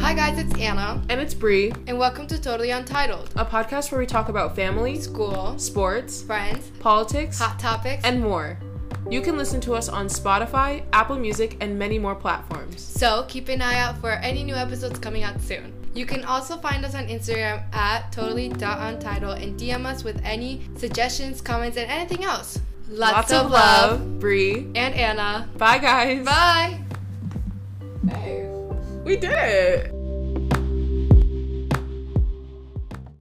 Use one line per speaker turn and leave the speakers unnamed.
Hi guys, it's Anna,
And it's Bree,
and welcome to Totally Untitled.
a podcast where we talk about family,
School,
sports,
friends,
politics,
hot topics,
and more. You can listen to us on Spotify, Apple Music, and many more platforms.
so keep an eye out for any new episodes coming out soon. You can also find us on Instagram at totally.untitled and DM us with any suggestions, comments, and anything else. Lots, of, love.
Bree.
and Anna.
Bye, guys.
Bye!
We did it.